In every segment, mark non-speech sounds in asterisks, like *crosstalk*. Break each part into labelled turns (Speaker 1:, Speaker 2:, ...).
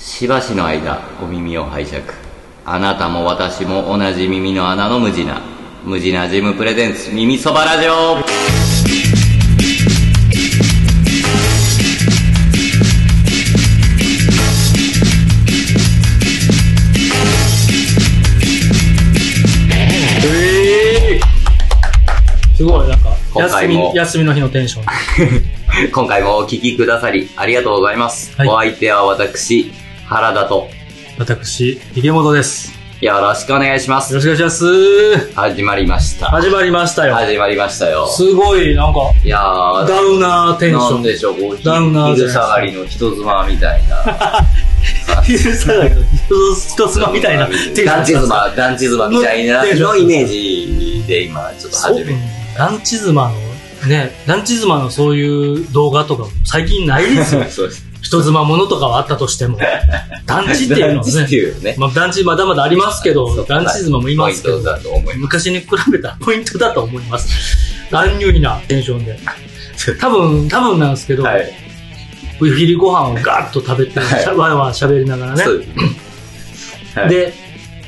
Speaker 1: しばしの間お耳を拝借あなたも私も同じ耳の穴の無地な無地なジムプレゼンツ耳そばラジオ
Speaker 2: すごい、なんか、
Speaker 1: 今
Speaker 2: 休
Speaker 1: 回も
Speaker 2: み、休みの日のテンション。
Speaker 1: 今回もお聞きくださりありがとうございます、
Speaker 2: はい
Speaker 1: お相手は私原田と
Speaker 2: 私、池本です。
Speaker 1: よろしくお願いしま
Speaker 2: よ
Speaker 1: す
Speaker 2: ろしくお願いします。
Speaker 1: 始まりました
Speaker 2: 始まりましたよ。
Speaker 1: 始まりましたよ
Speaker 2: すごい、なんか、
Speaker 1: いやー
Speaker 2: ダウナーテンシ
Speaker 1: な
Speaker 2: ョ
Speaker 1: ん
Speaker 2: ン。
Speaker 1: でしょう、こう、ひ
Speaker 2: ダウナーじゃないで
Speaker 1: 昼
Speaker 2: すか
Speaker 1: 下がりの人妻みたいな。
Speaker 2: 昼下がりの人妻みたいな。
Speaker 1: 団地妻、団地妻みたいなのイメージで今、ちょっと
Speaker 2: そう
Speaker 1: 始めて。。
Speaker 2: ランチ妻の、ね、ランチ妻のそういう動画とか最近ないですよ
Speaker 1: *laughs* そうです。
Speaker 2: 人妻ものとかはあったとしても。団地っていう
Speaker 1: *laughs*
Speaker 2: の
Speaker 1: 団地
Speaker 2: は
Speaker 1: って
Speaker 2: ね。
Speaker 1: いうね。
Speaker 2: まあ、団地まだまだありますけど、団地妻もいますけ
Speaker 1: ポイ
Speaker 2: ど
Speaker 1: ント。だと思いま
Speaker 2: 昔に比べたらポイントだと思います。乱入なテンションで。多分、多分なんですけ
Speaker 1: す。
Speaker 2: ど、
Speaker 1: はい。
Speaker 2: お昼ご飯をガーッと食べて、
Speaker 1: はい
Speaker 2: しゃわいわい喋りながらね。
Speaker 1: そうはい
Speaker 2: で、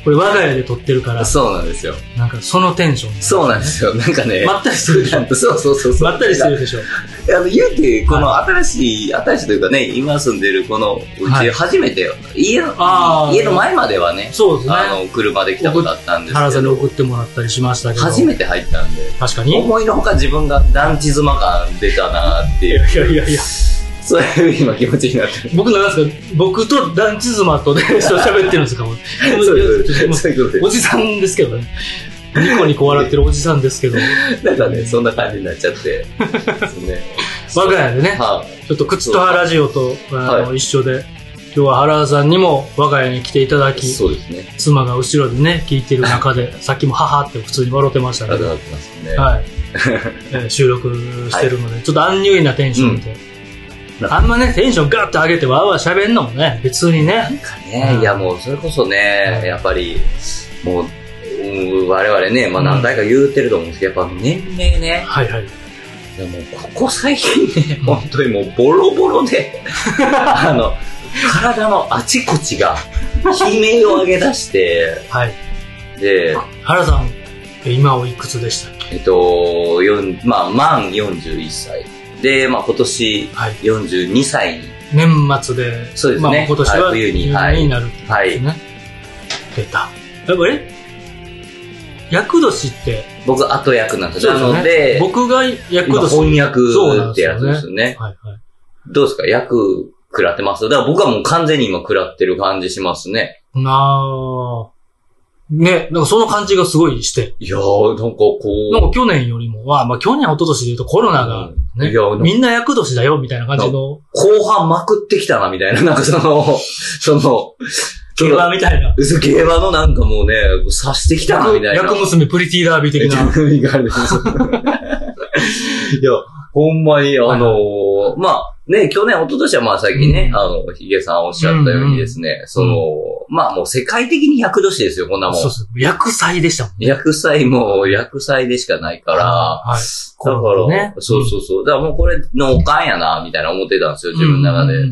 Speaker 2: これ我が家で撮ってるから、
Speaker 1: そうなんですよ。
Speaker 2: なんかそのテンション。
Speaker 1: そうなんですよ。なんかね。
Speaker 2: まったりしてるでしょ。
Speaker 1: そうそうそうそう。
Speaker 2: まったりしてるでしょ。
Speaker 1: いや。あの、言うて、この新しい、新しいというかね、今住んでるこのう
Speaker 2: は
Speaker 1: ち、
Speaker 2: い
Speaker 1: 初めてよ、家の
Speaker 2: あ、ー
Speaker 1: 家の前まではね、
Speaker 2: そうですね。
Speaker 1: あの、車で来たことあったんです
Speaker 2: 原
Speaker 1: け
Speaker 2: さんに
Speaker 1: ど、
Speaker 2: 送ってもらったりしましたけど。
Speaker 1: 初めて入ったんで、
Speaker 2: 確かに。い
Speaker 1: 思いのほか自分が団地妻感出たなっていう、
Speaker 2: やいやいやいや。
Speaker 1: そういう今気持ちになってる。
Speaker 2: 僕なんですか僕と団地妻とで、ね、そう喋ってるんですかもう
Speaker 1: そういうことそういうこと
Speaker 2: おじさんですけどね。ニコニコ笑ってるおじさんですけど、
Speaker 1: でなんかね、そんな感じになっちゃって。そうね
Speaker 2: 我が家でね、
Speaker 1: はい。
Speaker 2: ちょっと靴と原ラジオとあの
Speaker 1: は
Speaker 2: 一緒で、今日は原田さんにも我が家に来ていただき、
Speaker 1: そうですね。
Speaker 2: 妻が後ろでね、聞いてる中で、さっきも母って普通に笑ってました
Speaker 1: あ
Speaker 2: け
Speaker 1: りが
Speaker 2: ど、
Speaker 1: とうございますね。
Speaker 2: はい。えー収録してるので、ちょっとアンニュイなテンションで。
Speaker 1: うん
Speaker 2: あんまね、テンションガッと上げてわーわー喋んのもね、別にね。
Speaker 1: ねいやもうそれこそね、やっぱり、もう、うん我々ね、まあ何回か言うてると思うんですけど、やっぱ年齢ね、
Speaker 2: はいはい。
Speaker 1: いやもうここ最近ね、本当にもうボロボロ *laughs* で、あの、体のあちこちが悲鳴を上げ出して、
Speaker 2: はい。
Speaker 1: で、
Speaker 2: 原田さん、え今おいくつでしたっけ
Speaker 1: えっと、よんまあ、満41歳。で、まあ、今年
Speaker 2: はい。
Speaker 1: 42歳に、
Speaker 2: 年末で、
Speaker 1: そうですね
Speaker 2: まあ、今年
Speaker 1: は
Speaker 2: はい
Speaker 1: 冬
Speaker 2: 冬
Speaker 1: に
Speaker 2: に
Speaker 1: はい
Speaker 2: なるってことですね。出た。えあれ厄年って、
Speaker 1: 僕、後役なんですよ。
Speaker 2: そう
Speaker 1: なの
Speaker 2: です
Speaker 1: で、
Speaker 2: よね、僕が厄
Speaker 1: 今
Speaker 2: 年。
Speaker 1: 翻訳
Speaker 2: そうなん
Speaker 1: ってやつです
Speaker 2: よ
Speaker 1: よね。
Speaker 2: はいはい。
Speaker 1: どうですか役食らってますだから僕はもう完全に今食らってる感じしますね。
Speaker 2: なあね、なんかその感じがすごいして。
Speaker 1: いやー、なんかこう。
Speaker 2: なんか去年よりも、まあ、まあ去年、一昨年で言うとコロナが
Speaker 1: うん
Speaker 2: ね
Speaker 1: いやなん、か
Speaker 2: みんな厄年だよ、みたいな感じの、
Speaker 1: 後半まくってきたな、みたいな。なんかその、その、
Speaker 2: 競馬みたいな。
Speaker 1: 嘘競馬のなんかもうね、刺してきたな、みたいな。
Speaker 2: 厄娘プリティダービー的な。
Speaker 1: 意外です *laughs* いや、ほんまに、あのーまあ、ね、去年、一昨年はまあ、さっきね、
Speaker 2: うん
Speaker 1: あの、ヒゲさんおっしゃったようにですね、その、まあもう世界的に厄年ですよ、こんなもん
Speaker 2: そう。そう。厄祭でしたもん。
Speaker 1: 厄災も厄災でしかないから、
Speaker 2: はい。
Speaker 1: だか
Speaker 2: コロ
Speaker 1: ら、
Speaker 2: ナね
Speaker 1: そうそうそう。だからもうこれのおかんやな、みたいな思ってたんですよ、自分の中で。
Speaker 2: うんうんうんうん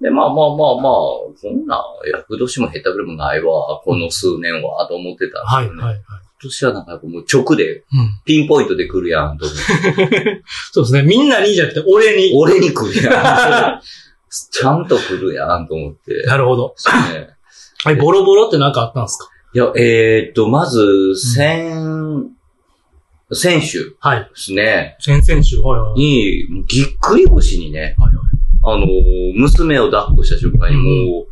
Speaker 1: で、まあまあまあまあ、そんな、厄年も下手くれもないわ、この数年は、と思ってた
Speaker 2: は
Speaker 1: ん
Speaker 2: い
Speaker 1: ですよね。
Speaker 2: はいはい。
Speaker 1: 今年はなんかもう直で、
Speaker 2: うん。
Speaker 1: ピンポイントで来るやん、と思って
Speaker 2: そうですね。みんなにじゃなくて、俺に。
Speaker 1: 俺に来るやん。ちゃんと来るやんと思って。
Speaker 2: なるほど。
Speaker 1: ね
Speaker 2: はい、ボロボロってなんかあったんですか
Speaker 1: いや、えー、っと、まず、先、先週
Speaker 2: はい。
Speaker 1: ですね、
Speaker 2: 先々週、はいはい。
Speaker 1: に、ぎっくり腰にね、
Speaker 2: はいは
Speaker 1: あのー、娘を抱っこした瞬間にも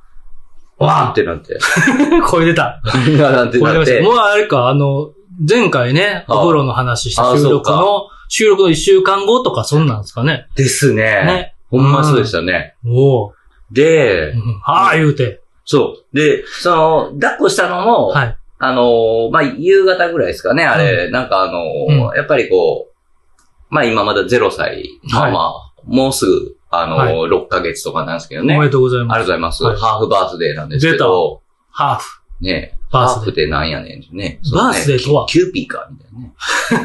Speaker 1: う、わーってな
Speaker 2: *laughs*
Speaker 1: って、
Speaker 2: い。声出た。
Speaker 1: なんて
Speaker 2: 声出
Speaker 1: なっ
Speaker 2: ましてた。も、うあれか、あの、前回ね、
Speaker 1: ああ
Speaker 2: お風呂の話し
Speaker 1: ああ
Speaker 2: た収録の、収録の一週間後とかそんなんですかね。
Speaker 1: *laughs* ですね
Speaker 2: ね
Speaker 1: ほんまそうでしたね。
Speaker 2: おお。
Speaker 1: で
Speaker 2: うん、はあ、言うて。
Speaker 1: そう。で、その、抱っこしたのも、
Speaker 2: はい。
Speaker 1: あのーまあ、夕方ぐらいですかね、あれ、なんかあのーやっぱりこう、まあ、今まだ0歳、
Speaker 2: はい
Speaker 1: まあまあ、もうすぐ、あのー
Speaker 2: はい
Speaker 1: 6ヶ月とかなんですけど
Speaker 2: お
Speaker 1: ね。
Speaker 2: め
Speaker 1: あり
Speaker 2: でとうござ
Speaker 1: がとう
Speaker 2: いま
Speaker 1: ご
Speaker 2: す。
Speaker 1: ざいます。
Speaker 2: はい
Speaker 1: ハーフバースデーなんですけど、
Speaker 2: ハーフ。
Speaker 1: ね、
Speaker 2: バ
Speaker 1: ハ
Speaker 2: ー
Speaker 1: ー
Speaker 2: ス
Speaker 1: フ
Speaker 2: デ
Speaker 1: ってなんやねんね。
Speaker 2: バースデーとは
Speaker 1: そうねキュキューピーか、みたい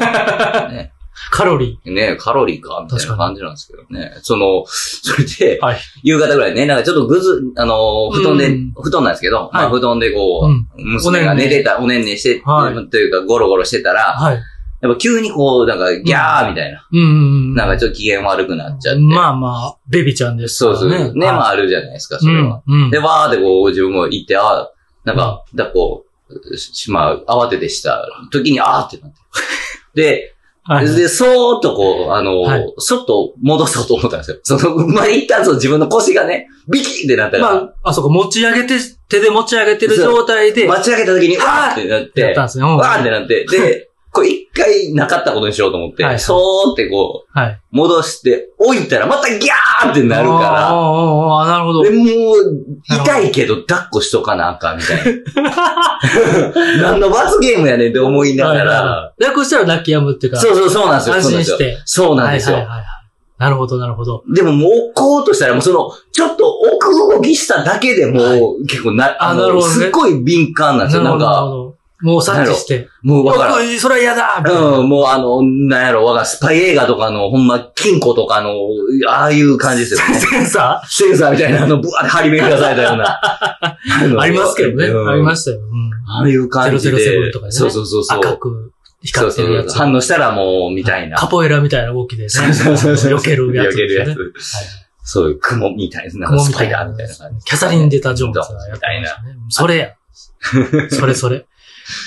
Speaker 1: なね。ね
Speaker 2: カロリ
Speaker 1: ね、カロリーか、みたいな感じなんですけどね。その、 *laughs* それで、
Speaker 2: はい
Speaker 1: 夕方ぐらいね、なんかちょっとぐず、あのー、布団で、
Speaker 2: うん
Speaker 1: 布団なんですけど、ま
Speaker 2: は
Speaker 1: あ
Speaker 2: い
Speaker 1: 布団でこう、
Speaker 2: うん
Speaker 1: 娘が寝てた、おねんねして、
Speaker 2: はい
Speaker 1: というかゴロゴロしてた
Speaker 2: ー。
Speaker 1: ら、
Speaker 2: はい。
Speaker 1: やっぱ急にこう、なんかギャーみたいな、
Speaker 2: うんうんうん。
Speaker 1: なんかちょっと機嫌悪くなっちゃって。
Speaker 2: まあまあ、ベビちゃんですか
Speaker 1: そう
Speaker 2: ら
Speaker 1: そう。ね、
Speaker 2: ね
Speaker 1: まああるじゃないですか、それは。
Speaker 2: うん。うん。
Speaker 1: で、わーってこう、自分も行って、あーなんか、だこう、ししまう、慌ててした時に、あーってなって。 *laughs* で、
Speaker 2: はい
Speaker 1: で、そーっとこう、あの、
Speaker 2: はい
Speaker 1: そっと戻そうと思ったんですよ。その、 *laughs* まあ、一旦その自分の腰がね、ビキンってなったか
Speaker 2: ま
Speaker 1: ら、
Speaker 2: あ、あそこ持ち上げて、手で持ち上げてる状態で、やっ
Speaker 1: 待ち上げた時に、わーってなって、
Speaker 2: たん
Speaker 1: わ
Speaker 2: ですね。うん
Speaker 1: ーってなって、で、 *laughs* これ一回なかったことにしようと思って、
Speaker 2: はいはい
Speaker 1: そーってこう、
Speaker 2: はい。
Speaker 1: 戻して、置いたらまたギャーってなる
Speaker 2: あー
Speaker 1: か
Speaker 2: あー、あーなる
Speaker 1: ら、
Speaker 2: ほど
Speaker 1: で、。もう、痛いけど抱っこしとかなあかんみたい
Speaker 2: *laughs*
Speaker 1: な。何の罰ゲームやねんって思いながら、
Speaker 2: はい略したら泣き止むっていうか、
Speaker 1: そうそうそうなんですよ。
Speaker 2: 安心して
Speaker 1: そうなんですよ。そうなんですよ
Speaker 2: はい。はいはいはい。なるほど、なるほど。
Speaker 1: でももう置こうとしたら、もうその、ちょっと奥動きしただけでもう、
Speaker 2: は
Speaker 1: 結構な、
Speaker 2: あ
Speaker 1: あの
Speaker 2: なるほどね
Speaker 1: すっごい敏感なん
Speaker 2: な
Speaker 1: ですよ。
Speaker 2: る
Speaker 1: な
Speaker 2: ほ
Speaker 1: ん
Speaker 2: ど、なるほ
Speaker 1: か、
Speaker 2: ど。もう察知して。
Speaker 1: もうわからん。
Speaker 2: 僕、それは嫌だみたいな
Speaker 1: うん、もうあの、なんやろ、わがスパイ映画とかの、ほんま、金庫とかの、ああいう感じ
Speaker 2: *laughs*
Speaker 1: ですよね。
Speaker 2: センサ
Speaker 1: センサーみたいな、あの、ぶわって張り巡らされたよう
Speaker 2: *laughs*
Speaker 1: な。あ
Speaker 2: ー *laughs* ありますけどね。ありま
Speaker 1: し
Speaker 2: したよ。うん
Speaker 1: た。ああいう感じで。
Speaker 2: 007とかね
Speaker 1: そうそうそうそう。
Speaker 2: 赤く
Speaker 1: そ
Speaker 2: 光
Speaker 1: う
Speaker 2: って
Speaker 1: そ
Speaker 2: るや
Speaker 1: う
Speaker 2: つ。
Speaker 1: そう。反応したらもう、みたいな。
Speaker 2: カポエラみたいな動きでね。
Speaker 1: そうそうそう
Speaker 2: 避けるやつ
Speaker 1: 避け
Speaker 2: で
Speaker 1: る
Speaker 2: すよね。
Speaker 1: やつ。そういう雲みたいな、なんか
Speaker 2: 雲
Speaker 1: ス
Speaker 2: みた
Speaker 1: パ
Speaker 2: い
Speaker 1: イ
Speaker 2: な
Speaker 1: ダーみたいな感じ。
Speaker 2: キャサリン・デタ・ジョーンズ
Speaker 1: そう
Speaker 2: がやってましたね。それや。それそ
Speaker 1: *laughs*
Speaker 2: れ。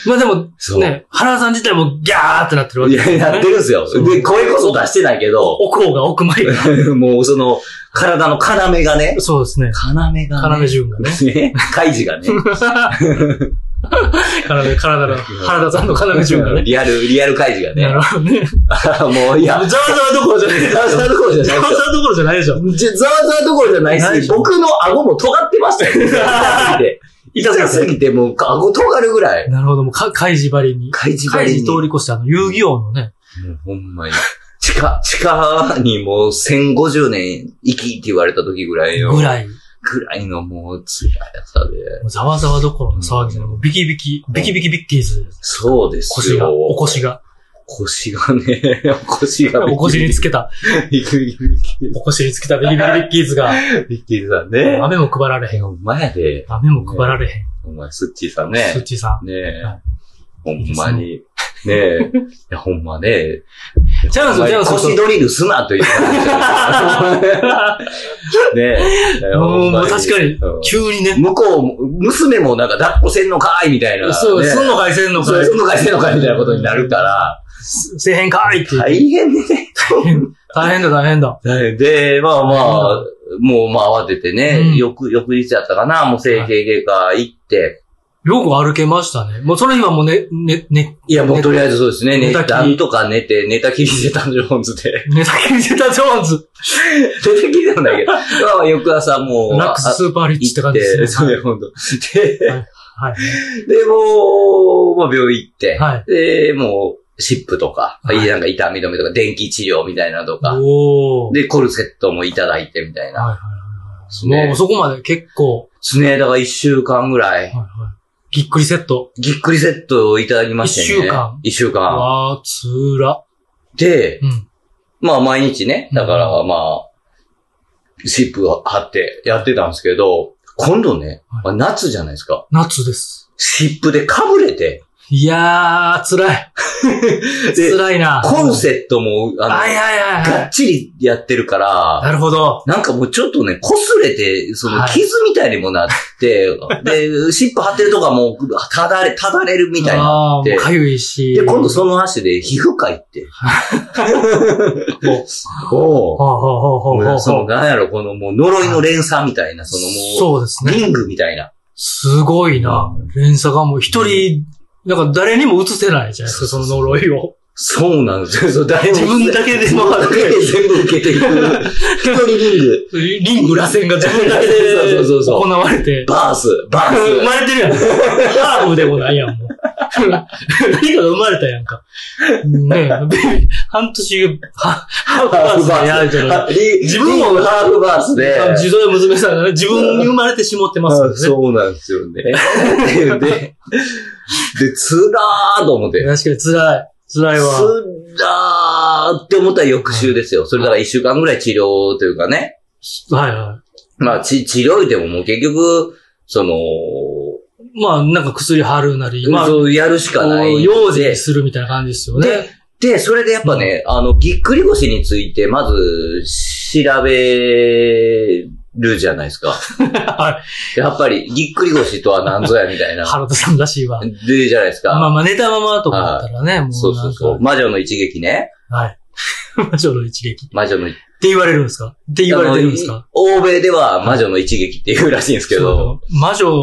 Speaker 2: まあでも、
Speaker 1: そう。
Speaker 2: ね、原さん自体もギャーってなってるわ
Speaker 1: い
Speaker 2: け
Speaker 1: や、やってるんですよ。
Speaker 2: そう
Speaker 1: で、声こそ出してないけど、
Speaker 2: 奥方が奥まで。
Speaker 1: *laughs* もうその、体の要がね、
Speaker 2: そうですね。
Speaker 1: 要がね、 *laughs*
Speaker 2: 要潤がね。
Speaker 1: ね、カイジがね、
Speaker 2: 体、体の、原田さんの要潤がね。
Speaker 1: リアル、リアルカイジが
Speaker 2: な
Speaker 1: ね
Speaker 2: る、ほどね。
Speaker 1: もうい
Speaker 2: ざ
Speaker 1: *laughs* や
Speaker 2: わ、ざわどころじゃない。
Speaker 1: ざわざわどころじゃない
Speaker 2: ざわざわどころじゃないでしょ。
Speaker 1: じゃざわざわどころじゃな
Speaker 2: ない
Speaker 1: い
Speaker 2: で
Speaker 1: し、
Speaker 2: しょ
Speaker 1: 僕の顎も尖ってました *laughs* よ、痛すぎて。痛すぎて、もう顎尖るぐらい。
Speaker 2: なるほど、もうか、カイジばりに。
Speaker 1: カイジが
Speaker 2: カ
Speaker 1: ね
Speaker 2: イジ通り越して、あの、遊戯王のね、
Speaker 1: もうほんまに。地下、地下にもう1050年生きって言われた時ぐらいの、
Speaker 2: ぐらい、も
Speaker 1: ぐらいのもう辛さで。
Speaker 2: うざわざわどころの騒ぎじゃない。もうビキビキ、ビキビキビッキーズ。
Speaker 1: そうです
Speaker 2: 腰が、
Speaker 1: よ。
Speaker 2: お腰が、
Speaker 1: 腰がね、 *laughs* 腰が。
Speaker 2: お腰につけた、
Speaker 1: ビキビキビキビ
Speaker 2: お腰につけたビキビキビッキーズが、
Speaker 1: キビキさんね。
Speaker 2: 雨も配られへん。
Speaker 1: お前で、
Speaker 2: 雨も配られへ
Speaker 1: お
Speaker 2: ん。
Speaker 1: 前スッチーさん
Speaker 2: スッ
Speaker 1: ね。
Speaker 2: チーさん。
Speaker 1: ね
Speaker 2: は
Speaker 1: え。ほんまに。ねえ。いや、ほんまね。
Speaker 2: ちゃうんすよ、ちゃうんすよ。
Speaker 1: 腰ドリルすなという感じだよねねえ。
Speaker 2: もう、もう確かに
Speaker 1: うん、
Speaker 2: 急にね。
Speaker 1: 向こうも、娘もなんか抱っこせんのかいみたいな。
Speaker 2: そう、
Speaker 1: ね
Speaker 2: すんのかいせんの
Speaker 1: そ
Speaker 2: か
Speaker 1: う
Speaker 2: い
Speaker 1: すんのかいせんのかいみたいなことになるから。
Speaker 2: せえへんかいって。
Speaker 1: 大変ね。
Speaker 2: 大変だ、大変だ。
Speaker 1: で、まあまあ、もうまあ慌ててね、
Speaker 2: うん
Speaker 1: 翌、翌日だったかな、もう整形外科行って、
Speaker 2: よく歩けましたね。もうその日はもうね、ね、ね、
Speaker 1: い、やもうとりあえずそうですね、
Speaker 2: 寝
Speaker 1: 寝
Speaker 2: た
Speaker 1: た
Speaker 2: きり
Speaker 1: なんとか寝て、寝たきりしてたんジョーンズで。 *laughs*
Speaker 2: 寝たきりしてたジョーンズ。
Speaker 1: 寝たきりなん
Speaker 2: *laughs*
Speaker 1: だけど、まあまあ翌朝もう、
Speaker 2: ラックススーパーリッチって
Speaker 1: あ
Speaker 2: 感じ
Speaker 1: 行って、
Speaker 2: です
Speaker 1: そう
Speaker 2: ね。
Speaker 1: ね、ほんと。で、
Speaker 2: はいはい。
Speaker 1: で、もう、まあ病院行って、
Speaker 2: はい
Speaker 1: で、もう、湿布とか、
Speaker 2: はい
Speaker 1: なんか痛み止めとか、電気治療みたいなのとか、
Speaker 2: おー。
Speaker 1: で、コルセットもいただいてみたいな。
Speaker 2: はいはい
Speaker 1: ですね
Speaker 2: もうそこまで結構、
Speaker 1: スネーダが一週間ぐらい
Speaker 2: はい、はいぎっくりセット。
Speaker 1: ぎっくりセットをいただきましてね。
Speaker 2: 一週間
Speaker 1: 一週間。
Speaker 2: わー、つーら。
Speaker 1: で、
Speaker 2: うん。
Speaker 1: まあ毎日ね、だか
Speaker 2: う
Speaker 1: らまあ、シップを貼ってやってたんですけど、今度ね、
Speaker 2: は
Speaker 1: ま
Speaker 2: い
Speaker 1: あ夏じゃないですか。
Speaker 2: 夏です。
Speaker 1: 湿布でかぶれて、
Speaker 2: いやー、辛い。
Speaker 1: *laughs* で
Speaker 2: 辛いな。
Speaker 1: コンセットも、
Speaker 2: は
Speaker 1: あ
Speaker 2: い
Speaker 1: の、
Speaker 2: はいはいは
Speaker 1: が
Speaker 2: い。
Speaker 1: っちりやってるから、
Speaker 2: なるほど。
Speaker 1: なんかもうちょっとね、擦れて、その
Speaker 2: はい
Speaker 1: 傷みたいにもなって、
Speaker 2: *laughs*
Speaker 1: で、シップ貼ってるとかもう、ただれ、ただれるみたいな。
Speaker 2: あー、もうかゆいし。
Speaker 1: で、今度その足で皮膚科行って。おう
Speaker 2: ほうほうほうほうほうほう
Speaker 1: その、なんやろ、このもう呪いの連鎖みたいな、そのも
Speaker 2: そうです
Speaker 1: う、
Speaker 2: ね。
Speaker 1: リングみたいな。
Speaker 2: すごいな。連鎖がもう一人、なんか誰にも映せないじゃないですか、その呪いを。
Speaker 1: そうなんですよ。そう誰も
Speaker 2: 自分だけで
Speaker 1: 自
Speaker 2: も
Speaker 1: 分だけで全部受けていく。一人リング。
Speaker 2: リング螺旋が自分だけで
Speaker 1: そうそうそうそう
Speaker 2: 行われて。
Speaker 1: バース、バー
Speaker 2: 生 *laughs* まれてるやん。ハーフでもないやん、もう。 *laughs* 何かが生まれたやんか。ねえ、ベビー半年、はハーフバースでやるけど、
Speaker 1: ス。リ
Speaker 2: 自分も
Speaker 1: リングハーフバースで。
Speaker 2: 自動や娘さんがね、自分に生まれてしもってます
Speaker 1: あ
Speaker 2: よね。
Speaker 1: そうなん
Speaker 2: *laughs*
Speaker 1: ですよね。で、で、つらーと思って。
Speaker 2: 確かに辛い。辛いわ。
Speaker 1: すらーって思ったら翌週ですよ。それから一週間ぐらい治療というかね。
Speaker 2: はいは
Speaker 1: まあ、ち治療医でももう結局、その、
Speaker 2: い。まあ、なんか薬貼るなり、まあ、
Speaker 1: そうやるしかない。
Speaker 2: 用事
Speaker 1: で
Speaker 2: にするみたいな感じですよ
Speaker 1: で
Speaker 2: ね。、
Speaker 1: で、それでやっぱね、あの、ぎっくり腰について、まず、調べるじゃないですか。
Speaker 2: *laughs* は
Speaker 1: やっぱり、ぎっくり腰とは何ぞや、みたい
Speaker 2: い
Speaker 1: な。
Speaker 2: 原田さんらしいわ。
Speaker 1: で、じゃないですか。
Speaker 2: まあまあ、寝たままとかだったらね、もうなんか。
Speaker 1: そうそうそう。魔女の一撃ね。
Speaker 2: はい。 *laughs* 魔女の一撃。っ
Speaker 1: 魔女の一撃。
Speaker 2: て言われるんですかって言われてるんですか
Speaker 1: あの欧米では魔女の一撃っていうらしいんですけど。
Speaker 2: そう魔女、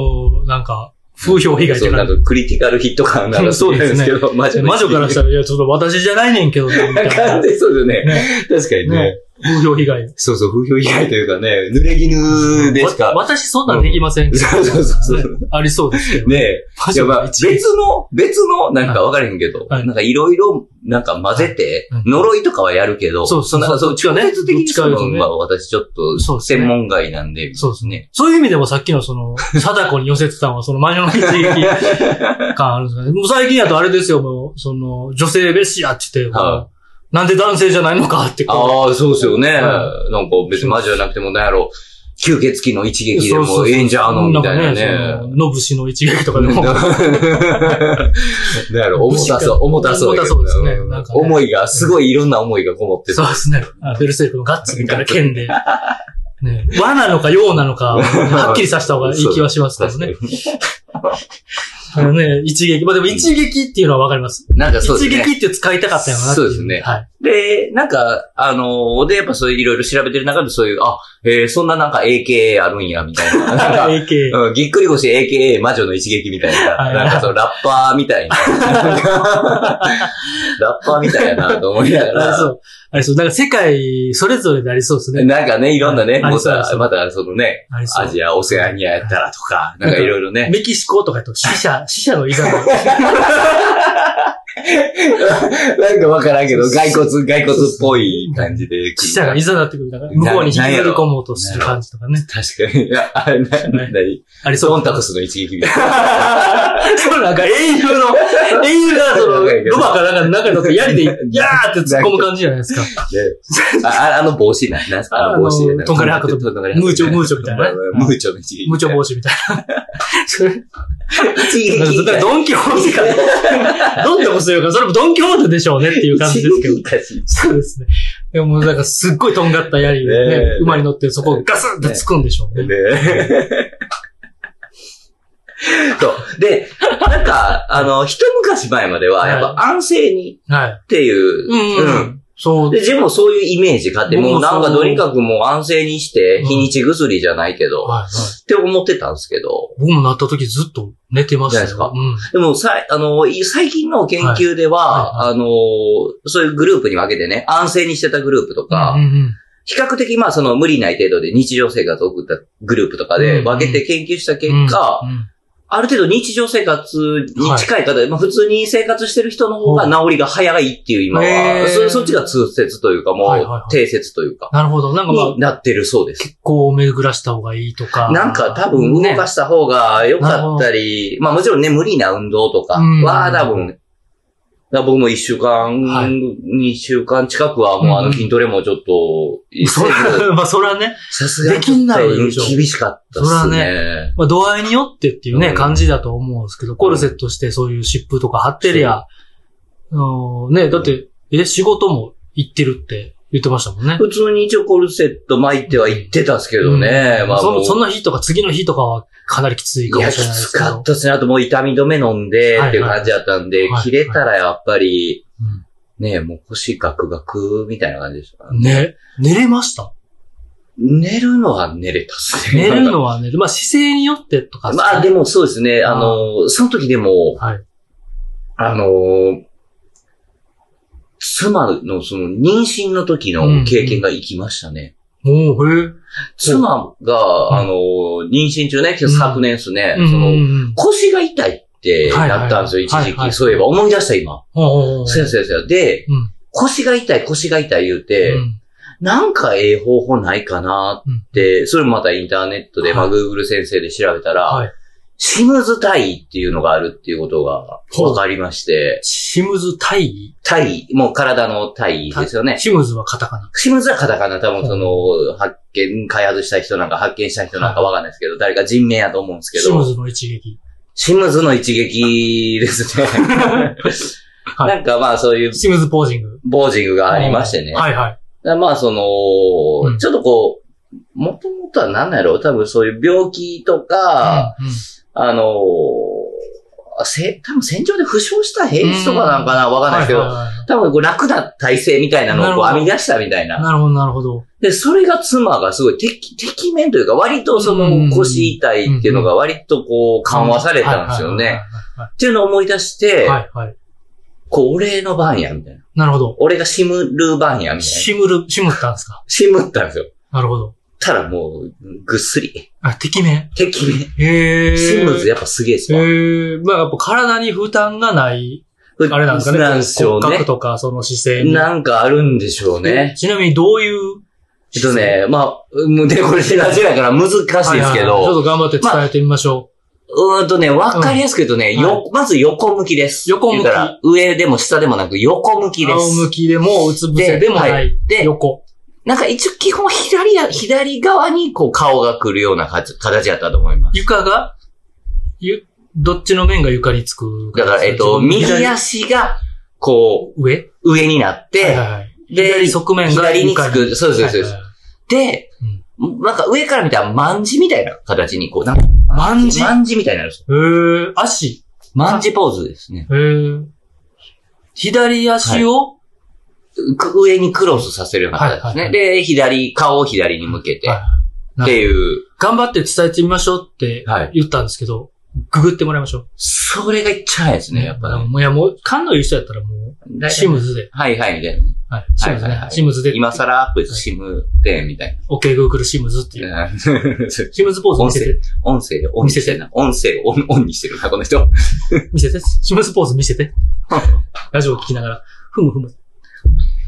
Speaker 2: なんか、風評被害
Speaker 1: そ
Speaker 2: と
Speaker 1: う、な
Speaker 2: か
Speaker 1: ん。かクリティカルヒット感がある
Speaker 2: そうですね
Speaker 1: けど、魔女の
Speaker 2: 魔女からしたら、いや、ちょっと私じゃないねんけどな、
Speaker 1: *laughs*
Speaker 2: みたい
Speaker 1: ら。完
Speaker 2: な。
Speaker 1: 全にそうですよね。確かにね。
Speaker 2: ね風評被害。
Speaker 1: そうそう、風評被害というかね、濡れ衣でし
Speaker 2: わ
Speaker 1: か。
Speaker 2: 私そんなんできませんけど
Speaker 1: そうそうそうそう
Speaker 2: ねありそうですけど。
Speaker 1: ねえ。
Speaker 2: 魔
Speaker 1: いや
Speaker 2: 女
Speaker 1: まあ、
Speaker 2: の一撃。
Speaker 1: 別の、別の、なんかわからへんけど、
Speaker 2: はい
Speaker 1: なんかいろいろ、なんか混ぜて、
Speaker 2: はい
Speaker 1: 呪いとかはやるけど、
Speaker 2: そうそう
Speaker 1: なんかそう、
Speaker 2: そう
Speaker 1: 直
Speaker 2: どっちかね
Speaker 1: 接的にそ
Speaker 2: どっちかです
Speaker 1: の
Speaker 2: ね
Speaker 1: まあ私ちょっ
Speaker 2: そ
Speaker 1: と、
Speaker 2: うですね
Speaker 1: 専門外なんで、
Speaker 2: そうです
Speaker 1: ね。
Speaker 2: そういう意味でもさっきのそ
Speaker 1: *laughs*
Speaker 2: の、貞子に寄せてたのはその魔女の一撃感あるん
Speaker 1: *laughs*
Speaker 2: ですかね。もう最近やとあれですよ、もう、その、女性蔑視やって言って、
Speaker 1: は
Speaker 2: なんで男性じゃないのかってこう
Speaker 1: ああ、そうですよね。
Speaker 2: うん
Speaker 1: なんか別に魔女じゃなくてもなんやろ、吸血鬼の一撃で
Speaker 2: そうそうそ
Speaker 1: も
Speaker 2: う
Speaker 1: ええんじゃあの、みたいな
Speaker 2: なんかそ
Speaker 1: ね。
Speaker 2: のノブシの一撃とかで
Speaker 1: *laughs*
Speaker 2: も。
Speaker 1: なんや
Speaker 2: *laughs*
Speaker 1: ろ、重たそう、重たそうやけど。
Speaker 2: 重たそうですねなんかね
Speaker 1: 思いが、すごいいろんな思いがこもって
Speaker 2: そうですね。あベルセルクのガッツみたいな剣で。ね、和なのか陽なのか、はっきりさせた方がいい気はします
Speaker 1: *laughs*
Speaker 2: けどね。
Speaker 1: 確かに
Speaker 2: あのね、一撃。まあでも一撃っていうのはわかります。
Speaker 1: なんかそうです
Speaker 2: 一
Speaker 1: ね。
Speaker 2: 撃って使いたかったよなってい
Speaker 1: そうですね
Speaker 2: はい。
Speaker 1: で、なんか、あの、で、やっぱそういういろいろ調べてる中でそういう、あ、えーそんななんか AKA あるんや、みたい
Speaker 2: *laughs*
Speaker 1: な。なんか
Speaker 2: AK。
Speaker 1: うん、ぎっくり腰 AKA 魔女の一撃みたいな。
Speaker 2: はい
Speaker 1: なんかそのラッパーみた
Speaker 2: *laughs*
Speaker 1: いな。なんかラッパーみたいやなと思いなが
Speaker 2: ありそ
Speaker 1: ら。
Speaker 2: う。ありそう。なんか世界、それぞれでありそうですね。
Speaker 1: なんかね、いろんなね、
Speaker 2: はい
Speaker 1: もう
Speaker 2: あり
Speaker 1: さ
Speaker 2: そうありそ、う
Speaker 1: またそのね、
Speaker 2: ありそ
Speaker 1: ア
Speaker 2: う。
Speaker 1: ジア、オセアニアやったらとか、
Speaker 2: はい
Speaker 1: なんかいろいろね。
Speaker 2: メキシコとかやと死 *laughs* 者、死者のいざな
Speaker 1: なんかわからんけど、骸骨、骸骨っぽい感じで。
Speaker 2: 死者がいざなってくるから、向こうに引きずり込もうとする感じとかね。
Speaker 1: 確かに。あ、あな、な、なに、
Speaker 2: ありそ
Speaker 1: ソ
Speaker 2: う
Speaker 1: ン。タクスの一撃みたいな。
Speaker 2: *laughs* そうなんか英 *laughs* 雄の、英雄がその、ロバかなんか中に乗って槍 *laughs* で、やーって突っ込む感じじゃないですか。
Speaker 1: であ、ああの帽子な、なんすかあの帽子。
Speaker 2: あのトンガリハクト
Speaker 1: ンガリハクト
Speaker 2: ムーチョ、ムーチョみたいなね。
Speaker 1: ムーチョの一撃。
Speaker 2: ムーチョ帽子みたい *laughs* な。それ、
Speaker 1: 一撃
Speaker 2: だからドンキホーテか。 *laughs* ドンキホーテというか、それもドンキホーテでしょうねっていう感じですけど。
Speaker 1: ど。
Speaker 2: そうですね。でも、なんかすっごいとんがった槍でね
Speaker 1: ねえ、
Speaker 2: 馬に乗ってそこをガスンって突っ込んでしょうね。
Speaker 1: で、そう。で、なんか、あの、一昔前までは、やっぱ安静に
Speaker 2: はい。
Speaker 1: っていう、
Speaker 2: うんう
Speaker 1: うん
Speaker 2: ん。そう。
Speaker 1: で、ジェもそういうイメージ買って、
Speaker 2: 僕も
Speaker 1: もうなんか
Speaker 2: そう
Speaker 1: とにかくもう安静にして、
Speaker 2: うん
Speaker 1: 日にち薬じゃないけど、
Speaker 2: はいはい
Speaker 1: って思ってたんですけど、
Speaker 2: 僕もなった時ずっと寝てましたよ。
Speaker 1: じゃない
Speaker 2: うん。
Speaker 1: でもさい、あの、い最近の研究では、
Speaker 2: は
Speaker 1: あの、そういうグループに分けてね、安静にしてたグループとか、
Speaker 2: うんうん
Speaker 1: 比較的まあその無理ない程度で日常生活を送ったグループとかで分けて研究した結果、
Speaker 2: うんうん
Speaker 1: ある程度日常生活に近い方で、まあ普通に生活してる人の方が治りが早いっていう今
Speaker 2: へ
Speaker 1: は、
Speaker 2: ー
Speaker 1: そそっちが通説というかも
Speaker 2: はいはいは
Speaker 1: う
Speaker 2: い
Speaker 1: 定説というか、
Speaker 2: なるほど。なんかまあ
Speaker 1: に、なってるそうです。
Speaker 2: こう巡らした方がいいとか。
Speaker 1: なんか多分動か
Speaker 2: し
Speaker 1: した方が良かったり、まあもちろんね、無理な運動とかは
Speaker 2: うん
Speaker 1: 多分、だから僕も一週間、
Speaker 2: はい
Speaker 1: 二週間近くはもうあの筋トレもちょっと、
Speaker 2: そら、 *laughs* まあそらね、
Speaker 1: さすがに
Speaker 2: できんなよ
Speaker 1: ちょっと厳しかったっす
Speaker 2: それ
Speaker 1: ね。
Speaker 2: まあ度合いによってっていうね、
Speaker 1: うん
Speaker 2: 感じだと思うんですけど、コルセットしてそういう湿布とか貼ってりゃ、あのね、だって、え、仕事も行ってるって言ってましたもんね。
Speaker 1: 普通に一応コルセット巻いては言ってたっすけどね。
Speaker 2: うん
Speaker 1: まあも
Speaker 2: そうその日とか次の日とかはかなりきつい
Speaker 1: い
Speaker 2: かも
Speaker 1: や、
Speaker 2: しれ
Speaker 1: き
Speaker 2: ないで
Speaker 1: つ
Speaker 2: すけど。
Speaker 1: かったっすね。あともう痛み止め飲んでっていう感じだったん
Speaker 2: は
Speaker 1: で
Speaker 2: いは、い
Speaker 1: 切れたらやっぱり
Speaker 2: うん、
Speaker 1: ねもう腰ガクガクみたいな感じでした。
Speaker 2: ね、寝れま
Speaker 1: *laughs*
Speaker 2: した。
Speaker 1: 寝るのは寝れたっすね。
Speaker 2: 寝るのはね、まあ姿勢によってとか。
Speaker 1: まあでもそうですね、あの、その時でも、
Speaker 2: はい
Speaker 1: あの、妻のその妊娠の時の経験が生きましたね。
Speaker 2: もう、へえ。
Speaker 1: 妻
Speaker 2: うん
Speaker 1: が、あの、妊娠中ね、昨年ですね、
Speaker 2: うん
Speaker 1: そ
Speaker 2: うん
Speaker 1: の、
Speaker 2: うん
Speaker 1: 腰が痛いって
Speaker 2: はいはい
Speaker 1: なったんですよ、一
Speaker 2: はい
Speaker 1: 時
Speaker 2: はい
Speaker 1: 期。そういえば、思い出した、今。
Speaker 2: ほう
Speaker 1: そうやそうやそうや。で
Speaker 2: うん、
Speaker 1: 腰が痛い、腰が痛い言うて
Speaker 2: う、ん
Speaker 1: なんかええ方法ないかなって、それもまたインターネットで、
Speaker 2: はい
Speaker 1: まあ、Google 先生で調べたら
Speaker 2: はい、
Speaker 1: シムズ大尉っていうのがあるっていうことが分かりまして、
Speaker 2: シムズ大義
Speaker 1: 大尉、もう体の大尉ですよね。
Speaker 2: シムズはカタカナ。
Speaker 1: シムズはカタカナ、多分その、発見、開発した人なんか発見した人なんかわかんないですけど、誰か人名やと思うんですけ
Speaker 2: シム
Speaker 1: ど、
Speaker 2: ズの一撃。
Speaker 1: シムズの一撃ですね。
Speaker 2: *laughs* はい
Speaker 1: なんかまあそういう、
Speaker 2: シムズポージング。
Speaker 1: ボージングがありましてね。
Speaker 2: はいはい。
Speaker 1: だまあ、その、
Speaker 2: うん
Speaker 1: ちょっとこう、もともとは何だろう多分そういう病気とか、
Speaker 2: うんうん
Speaker 1: あのー、せ、多分戦場で負傷した兵士とかなんかなわかんないですけ
Speaker 2: はい
Speaker 1: ど、
Speaker 2: はいはい
Speaker 1: 多分こう楽な体制みたいなのをこう
Speaker 2: なるほど
Speaker 1: 編み出したみたいな。
Speaker 2: なるほど、なるほど。
Speaker 1: で、それが妻がすごい敵、敵面というか、割とそ
Speaker 2: うん
Speaker 1: の腰痛いっていうのが割とこう緩和されたんですよね。。っていうのを思い出して、
Speaker 2: はいはいはいはいはい。はい
Speaker 1: こう、お礼の番や、みたいな。
Speaker 2: なるほど。
Speaker 1: 俺がシムル番や、みたいな。
Speaker 2: シムル、シムったんですか
Speaker 1: シムったんですよ。
Speaker 2: なるほど。
Speaker 1: たらもう、ぐっすり。
Speaker 2: あ、敵面
Speaker 1: 敵ね。
Speaker 2: へー。
Speaker 1: シムズやっぱすげえっす
Speaker 2: へ
Speaker 1: わ。
Speaker 2: ー。まあやっぱ体に負担がない、あれなんですかね。
Speaker 1: なんしょう
Speaker 2: 骨
Speaker 1: ね
Speaker 2: 格。とか、その姿勢に。
Speaker 1: なんかあるんでしょうね。
Speaker 2: ちなみにどういう
Speaker 1: えっとね、まあ、もうね、これラジオやから難しいです
Speaker 2: はい
Speaker 1: け
Speaker 2: はいはいちょ
Speaker 1: ど、
Speaker 2: っと頑張って伝えてみましょ
Speaker 1: うーんとね、わかりやすく言うとね、
Speaker 2: うん
Speaker 1: よ、まず横向きです。
Speaker 2: 横向き
Speaker 1: 言うたら上でも下でもなく横向
Speaker 2: う。
Speaker 1: きです。
Speaker 2: 仰向きでも、うつ伏せでもな。
Speaker 1: はいで、
Speaker 2: 横。
Speaker 1: なんか一応基本左や、左側にこう顔が来るような形形だったと思います。
Speaker 2: 床が、ゆ、どっちの面が床につく
Speaker 1: だから、えっと、右足が、こ
Speaker 2: 上
Speaker 1: う、上になっ
Speaker 2: はい
Speaker 1: て、
Speaker 2: はいはい
Speaker 1: で
Speaker 2: 左、側面が
Speaker 1: 左につく。そうです、そうです。そうですで、
Speaker 2: うん
Speaker 1: なんか上から見たら、万字みたいな形に、こう、なんか、
Speaker 2: 万字
Speaker 1: 万字みたいになるんですよ。
Speaker 2: えー、足。
Speaker 1: 万字ポーズですね。
Speaker 2: えー、左足を、
Speaker 1: く上にクロスさせるような形ですね。
Speaker 2: はいはい
Speaker 1: で、左、顔を左に向けて、
Speaker 2: はい
Speaker 1: っていう。
Speaker 2: 頑張って伝えてみましょうって
Speaker 1: はい
Speaker 2: 言ったんですけど、ググってもらいましょう。
Speaker 1: それがいっちゃないですね、やっぱね。
Speaker 2: もういや、もう、感のいい人やったらもう、シムズで。
Speaker 1: はいはい、みたいなね。
Speaker 2: はい。シムズ
Speaker 1: はいはい
Speaker 2: ね
Speaker 1: は。い
Speaker 2: シムズで。
Speaker 1: 今更アップです、シムで、みたい
Speaker 2: OK, Google シムズっていう。
Speaker 1: な。
Speaker 2: シムズポーズ見せて。
Speaker 1: *laughs* 音声をオンにしてるな。音声をオンオンにしてるな、この人。
Speaker 2: 見せて。シムズポーズ見せ
Speaker 1: *laughs*
Speaker 2: て。ラジオ聞きながら、ふむふむ。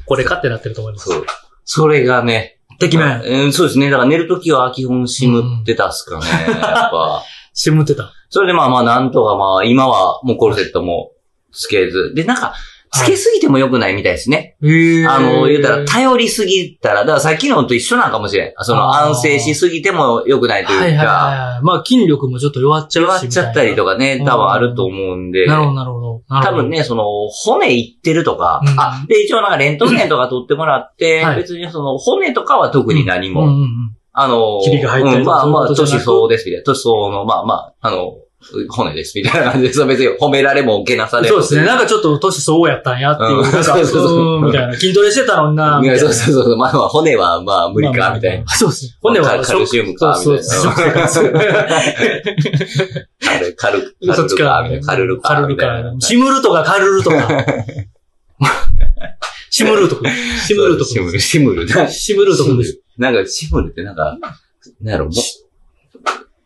Speaker 2: これかってなってると思います。
Speaker 1: そう。それがね。
Speaker 2: 敵面。
Speaker 1: うん、そうですね。だから寝るときは基本シムってたっすかね、やっぱ。
Speaker 2: *laughs* シムってた。
Speaker 1: それでまあまあなんとかまあ今はもうコルセットもつけず。で、なんか、つけすぎても良くないみたいですね。
Speaker 2: えー
Speaker 1: あの、言うたら、頼りすぎたら、だからさっきのと一緒なんかもしれん。その
Speaker 2: あー
Speaker 1: 安静しすぎても良くないと
Speaker 2: はいはい
Speaker 1: いうか、
Speaker 2: はいはい。まあ、筋力もちょっと弱っちゃうし。
Speaker 1: 弱っちゃったりと
Speaker 2: か。
Speaker 1: かね、
Speaker 2: うん
Speaker 1: 多分あると思うんで。
Speaker 2: なるほど、なるほど。
Speaker 1: 多分ね、その、骨いってるとか、
Speaker 2: うん
Speaker 1: あ、で、一応なんかレントゲンとか取ってもらって、
Speaker 2: はい
Speaker 1: 別にその、骨とかは特に何
Speaker 2: うんう
Speaker 1: も、
Speaker 2: んうん。
Speaker 1: あの、
Speaker 2: ヒビが入ったりとか
Speaker 1: うんまあまあ、
Speaker 2: そういうことじ
Speaker 1: 年
Speaker 2: ゃなく
Speaker 1: 相応ですみたいな。年相応の、まあまあ、あの、骨ですみたいな感じです。別に褒められも受けなされも
Speaker 2: そうですね。なんかちょっと年そうやったんやっていう。
Speaker 1: うん
Speaker 2: なんか、
Speaker 1: そうそうそう
Speaker 2: うーんみたいな。筋トレしてたのにな。
Speaker 1: い
Speaker 2: みた
Speaker 1: や
Speaker 2: い
Speaker 1: そ
Speaker 2: な
Speaker 1: うそうそう。まあまあ、骨はまあ無理か、みたいな。。
Speaker 2: そうですね。骨は
Speaker 1: カルシウムか、み
Speaker 2: そう
Speaker 1: たい
Speaker 2: そう
Speaker 1: な。
Speaker 2: そう
Speaker 1: カル、カル、カ
Speaker 2: そっ
Speaker 1: ル
Speaker 2: ち
Speaker 1: ル
Speaker 2: か
Speaker 1: か、
Speaker 2: ら
Speaker 1: みたい
Speaker 2: ね
Speaker 1: な。カルル
Speaker 2: カ
Speaker 1: か、
Speaker 2: ル
Speaker 1: み
Speaker 2: ル
Speaker 1: たい
Speaker 2: か
Speaker 1: な。。
Speaker 2: シムルとかカルル
Speaker 1: *laughs*
Speaker 2: とか。シムルとか。シムルと
Speaker 1: シムル、
Speaker 2: か。
Speaker 1: シムル。シ
Speaker 2: シムルとか
Speaker 1: ム
Speaker 2: です。
Speaker 1: ル。なんか、シムルってなんか、なんやろ、もう、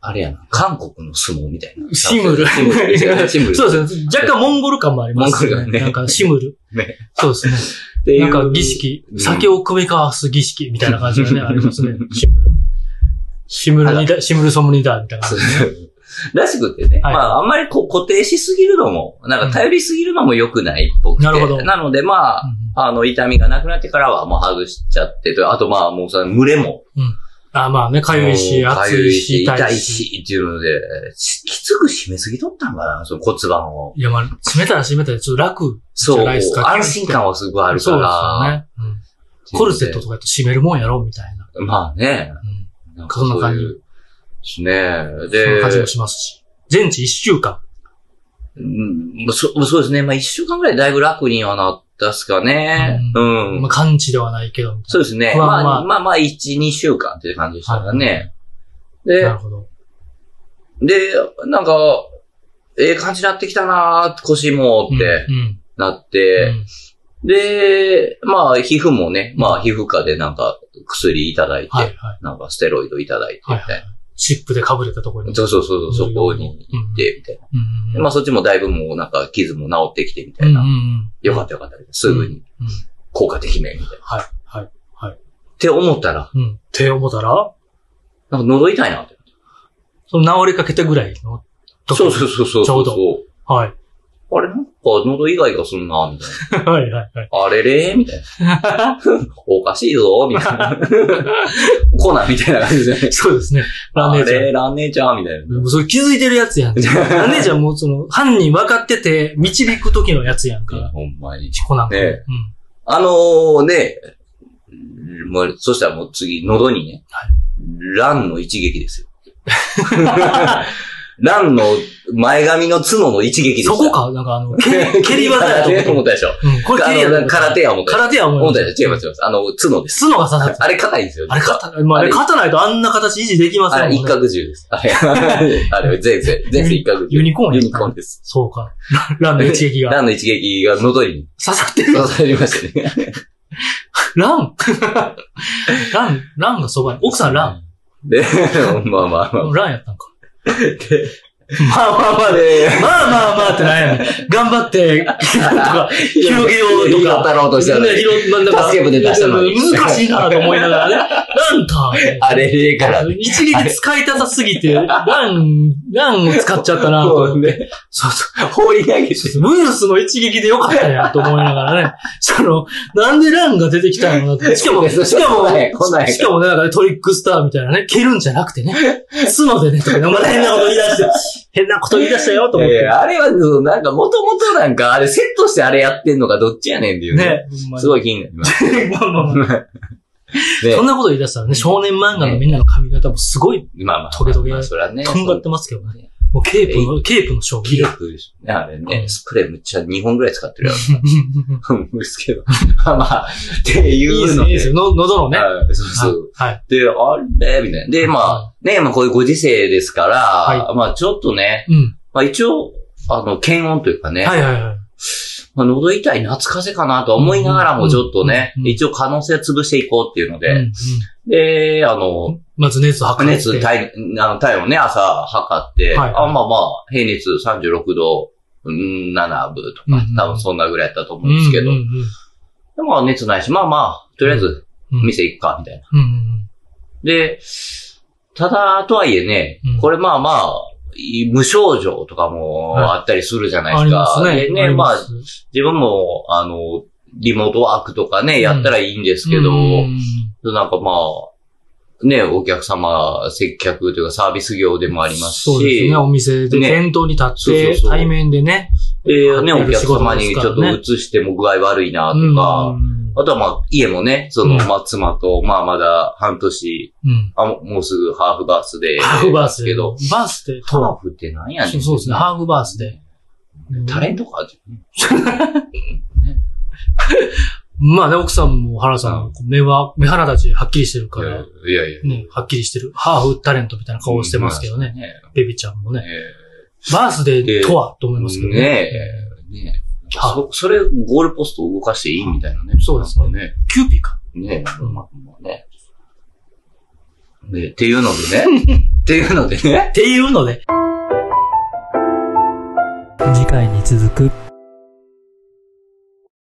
Speaker 1: あれやな、韓国の相撲みたいな。
Speaker 2: シムル。
Speaker 1: シムル。シムル。
Speaker 2: そうですね。若干モンゴル感もあります
Speaker 1: モンゴル感ね
Speaker 2: なんかシムル。
Speaker 1: ね
Speaker 2: そうですね。
Speaker 1: っていう
Speaker 2: なんか儀。式
Speaker 1: う、ん
Speaker 2: 酒を組み交わす儀式みたいな感じが
Speaker 1: *laughs*
Speaker 2: ね、ありますね。シムル。シムルにだ、シムルソムニダーみたいな
Speaker 1: そ。うらしくてね。
Speaker 2: はい
Speaker 1: まあ、あんまりこう固定しすぎるのも、なんか頼りすぎるのも良くないっぽくて。
Speaker 2: うんなるほど
Speaker 1: なので、まあ、あの、痛みがなくなってからはもう外しちゃってと、あとまあもうさ、群れも。
Speaker 2: あ、まあね、かゆいし、
Speaker 1: もう
Speaker 2: 熱いし、
Speaker 1: かゆ
Speaker 2: 痛
Speaker 1: 痛
Speaker 2: い
Speaker 1: い
Speaker 2: し。
Speaker 1: し、っていうので、しきつく締めすぎとったんかな、その骨盤を。
Speaker 2: いや、まあ、締めたら締めたらちょっと楽じ
Speaker 1: そ
Speaker 2: ゃ
Speaker 1: う、
Speaker 2: ないですか。
Speaker 1: 安心感はすごいあるか
Speaker 2: そうですよ
Speaker 1: ら。
Speaker 2: ね。うんコルセットとかやと締めるもんやろ、みたいな。
Speaker 1: まあね。
Speaker 2: うん
Speaker 1: なん
Speaker 2: そんな感じ
Speaker 1: じ。ですね。
Speaker 2: そんな
Speaker 1: で
Speaker 2: 感じもしますし。全治一週間。
Speaker 1: うんそ、そうですね。まあ一週間ぐらいだいぶ楽にはなったっすかね。
Speaker 2: う
Speaker 1: うん。
Speaker 2: まあ、完治ではないけど、みた
Speaker 1: そ
Speaker 2: いう
Speaker 1: ですね。
Speaker 2: ま
Speaker 1: ま
Speaker 2: あ
Speaker 1: あ
Speaker 2: まあ
Speaker 1: まあまあ、1、2週間っていう感じでしたからね。で
Speaker 2: な。な、るほど。
Speaker 1: で、なんか、ええ感じになってきたなー腰もって
Speaker 2: うんうん。
Speaker 1: なって、
Speaker 2: うん
Speaker 1: で、まあ、皮膚もね、まあ、皮膚科でなんか薬いただいて、
Speaker 2: はいはい。
Speaker 1: なんかステロイドいただいて、み
Speaker 2: はい
Speaker 1: たい
Speaker 2: シップで被れたところ
Speaker 1: な。
Speaker 2: に。
Speaker 1: そうそうそうそう、そこに行って、みたいな。
Speaker 2: うん
Speaker 1: でまあ、そっちもだいぶもうなんか傷も治ってきて、みた
Speaker 2: うん
Speaker 1: い
Speaker 2: うん
Speaker 1: な。
Speaker 2: うん。
Speaker 1: よかったよかった。すぐに
Speaker 2: うんうん
Speaker 1: 効果的め、みたいな。っ
Speaker 2: はい、はい。
Speaker 1: て思ったら、
Speaker 2: うん。って思ったら、
Speaker 1: なんか喉痛いなって。
Speaker 2: その治りかけたぐらいの時
Speaker 1: そうそうそうそう。
Speaker 2: ちょうどはい。 *laughs*
Speaker 1: あれなんか喉以外がすんな、みたい
Speaker 2: はいはいはい。
Speaker 1: な。あれれみたいな。
Speaker 2: *laughs*
Speaker 1: おかしいぞ、みたいな。コナンみたいな感じで。
Speaker 2: そうですね。ラ
Speaker 1: あ
Speaker 2: ンネーちゃん
Speaker 1: れ、ランネちゃんみたい。な。
Speaker 2: もうそれ気づいてるやつやん。ランネーちゃんもうその、犯人分かってて、導く時のやつやんか。
Speaker 1: ほんまに。
Speaker 2: チコなんかも。
Speaker 1: ねえ
Speaker 2: うん。
Speaker 1: あのー、ね、うんもう、そしたらもう次、喉にね、ランの一撃ですよ。 *laughs* ランの前髪の角の一撃でした。
Speaker 2: そこかなんかあの、
Speaker 1: *laughs*
Speaker 2: 蹴り蹴り技やと思っ。
Speaker 1: と思ったたでしょ。
Speaker 2: うん、これ蹴りや
Speaker 1: あ
Speaker 2: と
Speaker 1: の
Speaker 2: 思った。
Speaker 1: 空手や思った。
Speaker 2: 空手や
Speaker 1: 思
Speaker 2: 思
Speaker 1: っ
Speaker 2: い
Speaker 1: た
Speaker 2: 出
Speaker 1: でしょ違います、違います。あの、角です。
Speaker 2: 角が刺さって。
Speaker 1: あれ硬いんですよ。
Speaker 2: あれ肩、まあ、あれ肩ないとあんな形維持できません
Speaker 1: あ
Speaker 2: もん
Speaker 1: れ
Speaker 2: ね。
Speaker 1: 一角獣です。あ
Speaker 2: *laughs*
Speaker 1: れ、あれ前世、前世一角獣。
Speaker 2: ユニコーンや
Speaker 1: ユニコーンです。
Speaker 2: そうか。ランの一撃が。
Speaker 1: ランの一撃が喉に
Speaker 2: 刺さってる。
Speaker 1: 刺さりましたね。*laughs*
Speaker 2: ランラン、ランがそばに。奥さんラン。
Speaker 1: ンで、まあまあまあ。
Speaker 2: ランやったんか。
Speaker 1: で
Speaker 2: *laughs* まあまあまあで。
Speaker 1: で、
Speaker 2: まあまあまあってなんやねん。頑張
Speaker 1: *laughs*
Speaker 2: って、とか、広げようとか。
Speaker 1: たろうとしたら、
Speaker 2: ね広まあなんか
Speaker 1: 助け舟出したのに
Speaker 2: 難しいなと思いながらね。ランか。
Speaker 1: あれれからね。
Speaker 2: 一撃使いたさすぎて、ラン、ランを使っちゃったなと
Speaker 1: も
Speaker 2: 思
Speaker 1: う
Speaker 2: って。
Speaker 1: ね、
Speaker 2: そうそう。
Speaker 1: 放り投げて。
Speaker 2: ムースの一撃でよかったやんと思いながらね。 *laughs* その、なんでランが出てきたのか
Speaker 1: *laughs*
Speaker 2: なってしかも、
Speaker 1: そう
Speaker 2: し
Speaker 1: そう
Speaker 2: かも
Speaker 1: 来ない来ない、
Speaker 2: しかもね、なんかねトリックスターみたいなね、蹴るんじゃなく
Speaker 1: *laughs*
Speaker 2: てね、角でね、とかね、また変なこと言い出して、変なこと言い出したよと思っ
Speaker 1: いやい
Speaker 2: て。
Speaker 1: やあれは、そうなんか、もともとなんか、あれ、セットしてあれやってんのか、どっちやねんっていうね。
Speaker 2: ね、ほんまに
Speaker 1: すごい気になります。
Speaker 2: *laughs* まあまあまあ
Speaker 1: ね
Speaker 2: そんなこと言い出したらね、少年漫画のみんなの髪型もすごい
Speaker 1: まあまあ。
Speaker 2: トゲトゲ
Speaker 1: まあそれはね。
Speaker 2: とんがってますけどね。もうケープの、ケープの将
Speaker 1: ギ
Speaker 2: 棋
Speaker 1: ル
Speaker 2: が。
Speaker 1: クですね。あれね、スプレーむっちゃ2本ぐらい使ってるやん。ですけど。 *laughs* まあまあ、ってい
Speaker 2: *laughs* いいで
Speaker 1: う
Speaker 2: す
Speaker 1: の
Speaker 2: ね、いいですよ。の喉のね。
Speaker 1: あそうそう。
Speaker 2: はい。
Speaker 1: で、あれみたいな。で、まあ、ね、まあこういうご時世ですから、
Speaker 2: は
Speaker 1: まあちょっとね、
Speaker 2: うん。
Speaker 1: まあ一応、あの、検温というかね、
Speaker 2: はいはいはい。
Speaker 1: まあ、喉痛い夏風邪かなとは思いながら
Speaker 2: う
Speaker 1: も
Speaker 2: ん
Speaker 1: ちょっとね、
Speaker 2: うん
Speaker 1: 一応可能性は潰していこうっていうので、
Speaker 2: うんうん
Speaker 1: で、あの、
Speaker 2: まず熱測って。
Speaker 1: 熱、体、あの体温ね、朝測って、
Speaker 2: はい
Speaker 1: あまあまあ、平熱36度、うん7分とか、
Speaker 2: うん
Speaker 1: 多分そんなぐらいだったと思うんですけど、
Speaker 2: うんうんうん
Speaker 1: でまあ熱ないし、まあまあ、とりあえず
Speaker 2: うん
Speaker 1: 店行くか、みたいな。
Speaker 2: うんうん
Speaker 1: で、ただ、とはいえね、
Speaker 2: うん
Speaker 1: これまあまあ、い無症状とかも
Speaker 2: はい
Speaker 1: あったりするじゃ
Speaker 2: う。
Speaker 1: なんいで
Speaker 2: あ
Speaker 1: すか。
Speaker 2: りますね。
Speaker 1: でね、
Speaker 2: り
Speaker 1: まあ
Speaker 2: す、
Speaker 1: 自分も、あの、リモートワークとかね、やったらいいんですけど、
Speaker 2: うん
Speaker 1: なんかまあ、ね、お客様、接客というかサービス業でもあります
Speaker 2: そうです
Speaker 1: し
Speaker 2: ね。、お店で
Speaker 1: ね
Speaker 2: 店頭に立
Speaker 1: そう
Speaker 2: っ
Speaker 1: そう
Speaker 2: て、
Speaker 1: そう
Speaker 2: 対面でね。
Speaker 1: でね、
Speaker 2: や
Speaker 1: お
Speaker 2: る
Speaker 1: 客
Speaker 2: 仕事
Speaker 1: 様に
Speaker 2: で
Speaker 1: ち
Speaker 2: すか
Speaker 1: ょ
Speaker 2: ら
Speaker 1: っと
Speaker 2: ね
Speaker 1: 移しても具合悪いなと
Speaker 2: うん
Speaker 1: か、あとはまあ、家もね、その、
Speaker 2: うん
Speaker 1: まあ、妻と、まあ、まだ半年、
Speaker 2: うん。
Speaker 1: あ、もうもうすぐハーフバースデー。
Speaker 2: ハーフバース
Speaker 1: け
Speaker 2: デ
Speaker 1: ど、
Speaker 2: ー。バースデーと
Speaker 1: ハー
Speaker 2: は。
Speaker 1: フってなんやねん。
Speaker 2: そうですね。ハーフバースデー。
Speaker 1: タレントか
Speaker 2: まあね、奥さんも原さんも目は、目鼻立ちはっきりしてるから、
Speaker 1: いやいや。
Speaker 2: ね、はっきりしてる。ハーフタレントみたいな顔してますけどね。
Speaker 1: ね。
Speaker 2: ベビちゃんも
Speaker 1: ね
Speaker 2: ね。バースデーとはと思いますけど
Speaker 1: ねえ。ねえ。
Speaker 2: は
Speaker 1: そ、それ、ゴールポストを動かしていいみたいなね。
Speaker 2: そうです
Speaker 1: ね。ね
Speaker 2: キューピーか。
Speaker 1: え。ねえ。まあまあね。ねえっていうのでね。っていうのでね。
Speaker 2: っていうので。次回に続く。